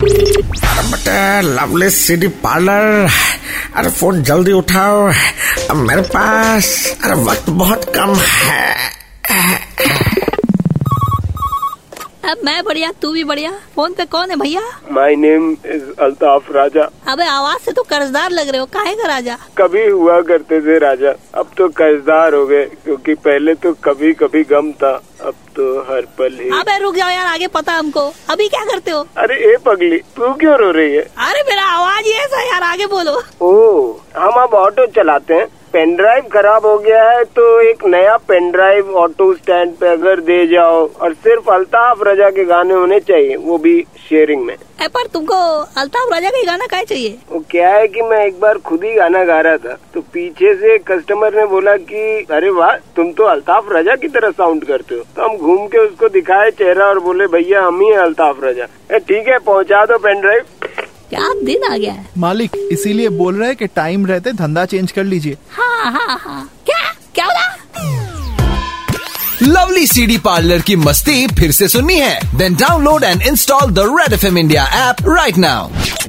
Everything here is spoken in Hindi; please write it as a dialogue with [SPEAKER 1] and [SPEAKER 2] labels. [SPEAKER 1] अरे बटे लवली सिटी पार्लर अरे फोन जल्दी उठाओ अब मेरे पास अरे वक्त बहुत कम है
[SPEAKER 2] अब मैं बढ़िया तू भी बढ़िया फोन पे कौन है भैया
[SPEAKER 3] my name is Altaf Raja
[SPEAKER 2] अबे आवाज से तो कर्जदार लग रहे हो काहे का राजा
[SPEAKER 3] कभी हुआ करते थे राजा अब तो कर्जदार हो गए क्योंकि पहले तो कभी कभी गम था अब तो हर पल ही
[SPEAKER 2] अबे रुक जाओ यार आगे पता हमको अभी क्या करते हो
[SPEAKER 3] अरे ए पगली तू क्यों रो रही है
[SPEAKER 2] अरे मेरा आवाज ही ऐसा है यार आगे बोलो
[SPEAKER 3] ओ हम अब ऑटो चलाते हैं पेन ड्राइव खराब हो गया है तो एक नया पेन ड्राइव ऑटो स्टैंड पे अगर दे जाओ और सिर्फ अल्ताफ राजा के गाने होने चाहिए वो भी शेयरिंग में
[SPEAKER 2] ए पर तुमको अल्ताफ राजा का ही गाना काहे चाहिए
[SPEAKER 3] वो क्या है कि मैं एक बार खुद ही गाना गा रहा था तो पीछे से एक कस्टमर ने बोला कि अरे वाह तुम तो अल्ताफ राजा की तरह साउंड करते हो तो हम घूम के उसको दिखाए चेहरा और बोले भैया हम ही हैं अल्ताफ राजा "ए, ठीक है पहुंचा दो पेन ड्राइव
[SPEAKER 2] क्या दिन आ गया है
[SPEAKER 4] मालिक इसीलिए बोल रहे हैं कि टाइम रहते धंधा चेंज कर लीजिए
[SPEAKER 2] हाँ हाँ हाँ क्या क्या बोला
[SPEAKER 5] लवली सीडी पार्लर की मस्ती फिर से सुननी है then download and install the red F India app right now